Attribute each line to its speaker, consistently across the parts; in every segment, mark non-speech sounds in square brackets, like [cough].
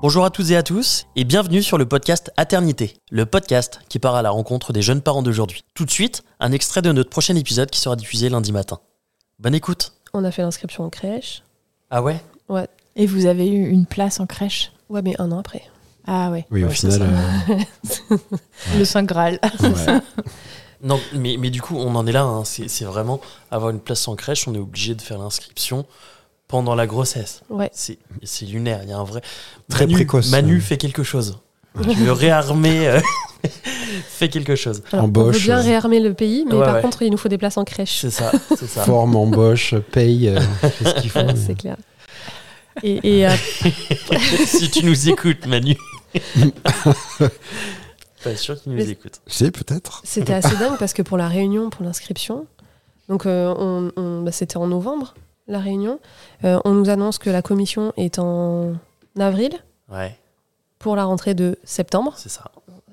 Speaker 1: Bonjour à toutes et à tous et bienvenue sur le podcast Aternité, le podcast qui part à la rencontre des jeunes parents d'aujourd'hui. Tout de suite, un extrait de notre prochain épisode qui sera diffusé lundi matin. Bonne écoute
Speaker 2: On a fait l'inscription en crèche.
Speaker 1: Ah ouais
Speaker 3: Et vous avez eu une place en crèche
Speaker 2: Ouais, mais un an après.
Speaker 3: Ah ouais.
Speaker 4: Oui, au
Speaker 1: Ouais, c'est
Speaker 4: final.
Speaker 1: [laughs]
Speaker 3: Le Saint Graal.
Speaker 4: euh, ouais.
Speaker 1: Non, mais, mais du coup, on en est là, hein. c'est c'est vraiment avoir une place en crèche, on est obligé de faire l'inscription pendant la grossesse.
Speaker 2: Ouais.
Speaker 1: C'est c'est lunaire, il y a un vrai...
Speaker 4: Très
Speaker 1: Manu,
Speaker 4: précoce.
Speaker 1: Manu fait quelque chose. Tu veux réarmer, euh, [laughs] fait quelque chose.
Speaker 2: Alors, on veut
Speaker 4: Embauche,
Speaker 2: bien
Speaker 4: euh.
Speaker 2: réarmer le pays, mais
Speaker 1: Ouais,
Speaker 2: par
Speaker 1: ouais.
Speaker 2: contre, il nous faut des places en crèche.
Speaker 1: C'est ça, c'est ça.
Speaker 4: Forme, embauche,
Speaker 1: [laughs]
Speaker 4: paye, euh, on fait ce qu'il faut.
Speaker 2: Ouais, C'est clair. Et, et, euh,
Speaker 1: [laughs] si tu nous écoutes, Manu. Pas sûr qu'il nous
Speaker 2: Mais-
Speaker 1: écoute.
Speaker 4: C'est peut-être.
Speaker 2: c'était assez dingue parce que pour la réunion, pour l'inscription, donc euh, on, on- bah, c'était en novembre, la réunion, euh, on nous annonce que la commission est en avril
Speaker 1: Ouais,
Speaker 2: pour la rentrée de septembre.
Speaker 1: c'est ça.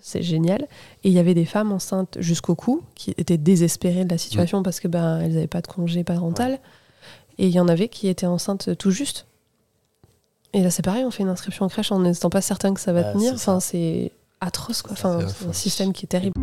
Speaker 2: C'est génial. Et il y avait des femmes enceintes jusqu'au cou qui étaient désespérées de la situation parce que ben elles n'avaient pas de congé parental. Et il y en avait qui étaient enceintes tout juste. Et là, c'est pareil, on fait une inscription en crèche en n'étant pas certain que ça va
Speaker 1: Ah,
Speaker 2: tenir.
Speaker 1: c'est ça.
Speaker 2: Enfin, c'est atroce, quoi. Enfin,
Speaker 4: C'est
Speaker 2: c'est un
Speaker 4: atroce.
Speaker 2: système qui est terrible.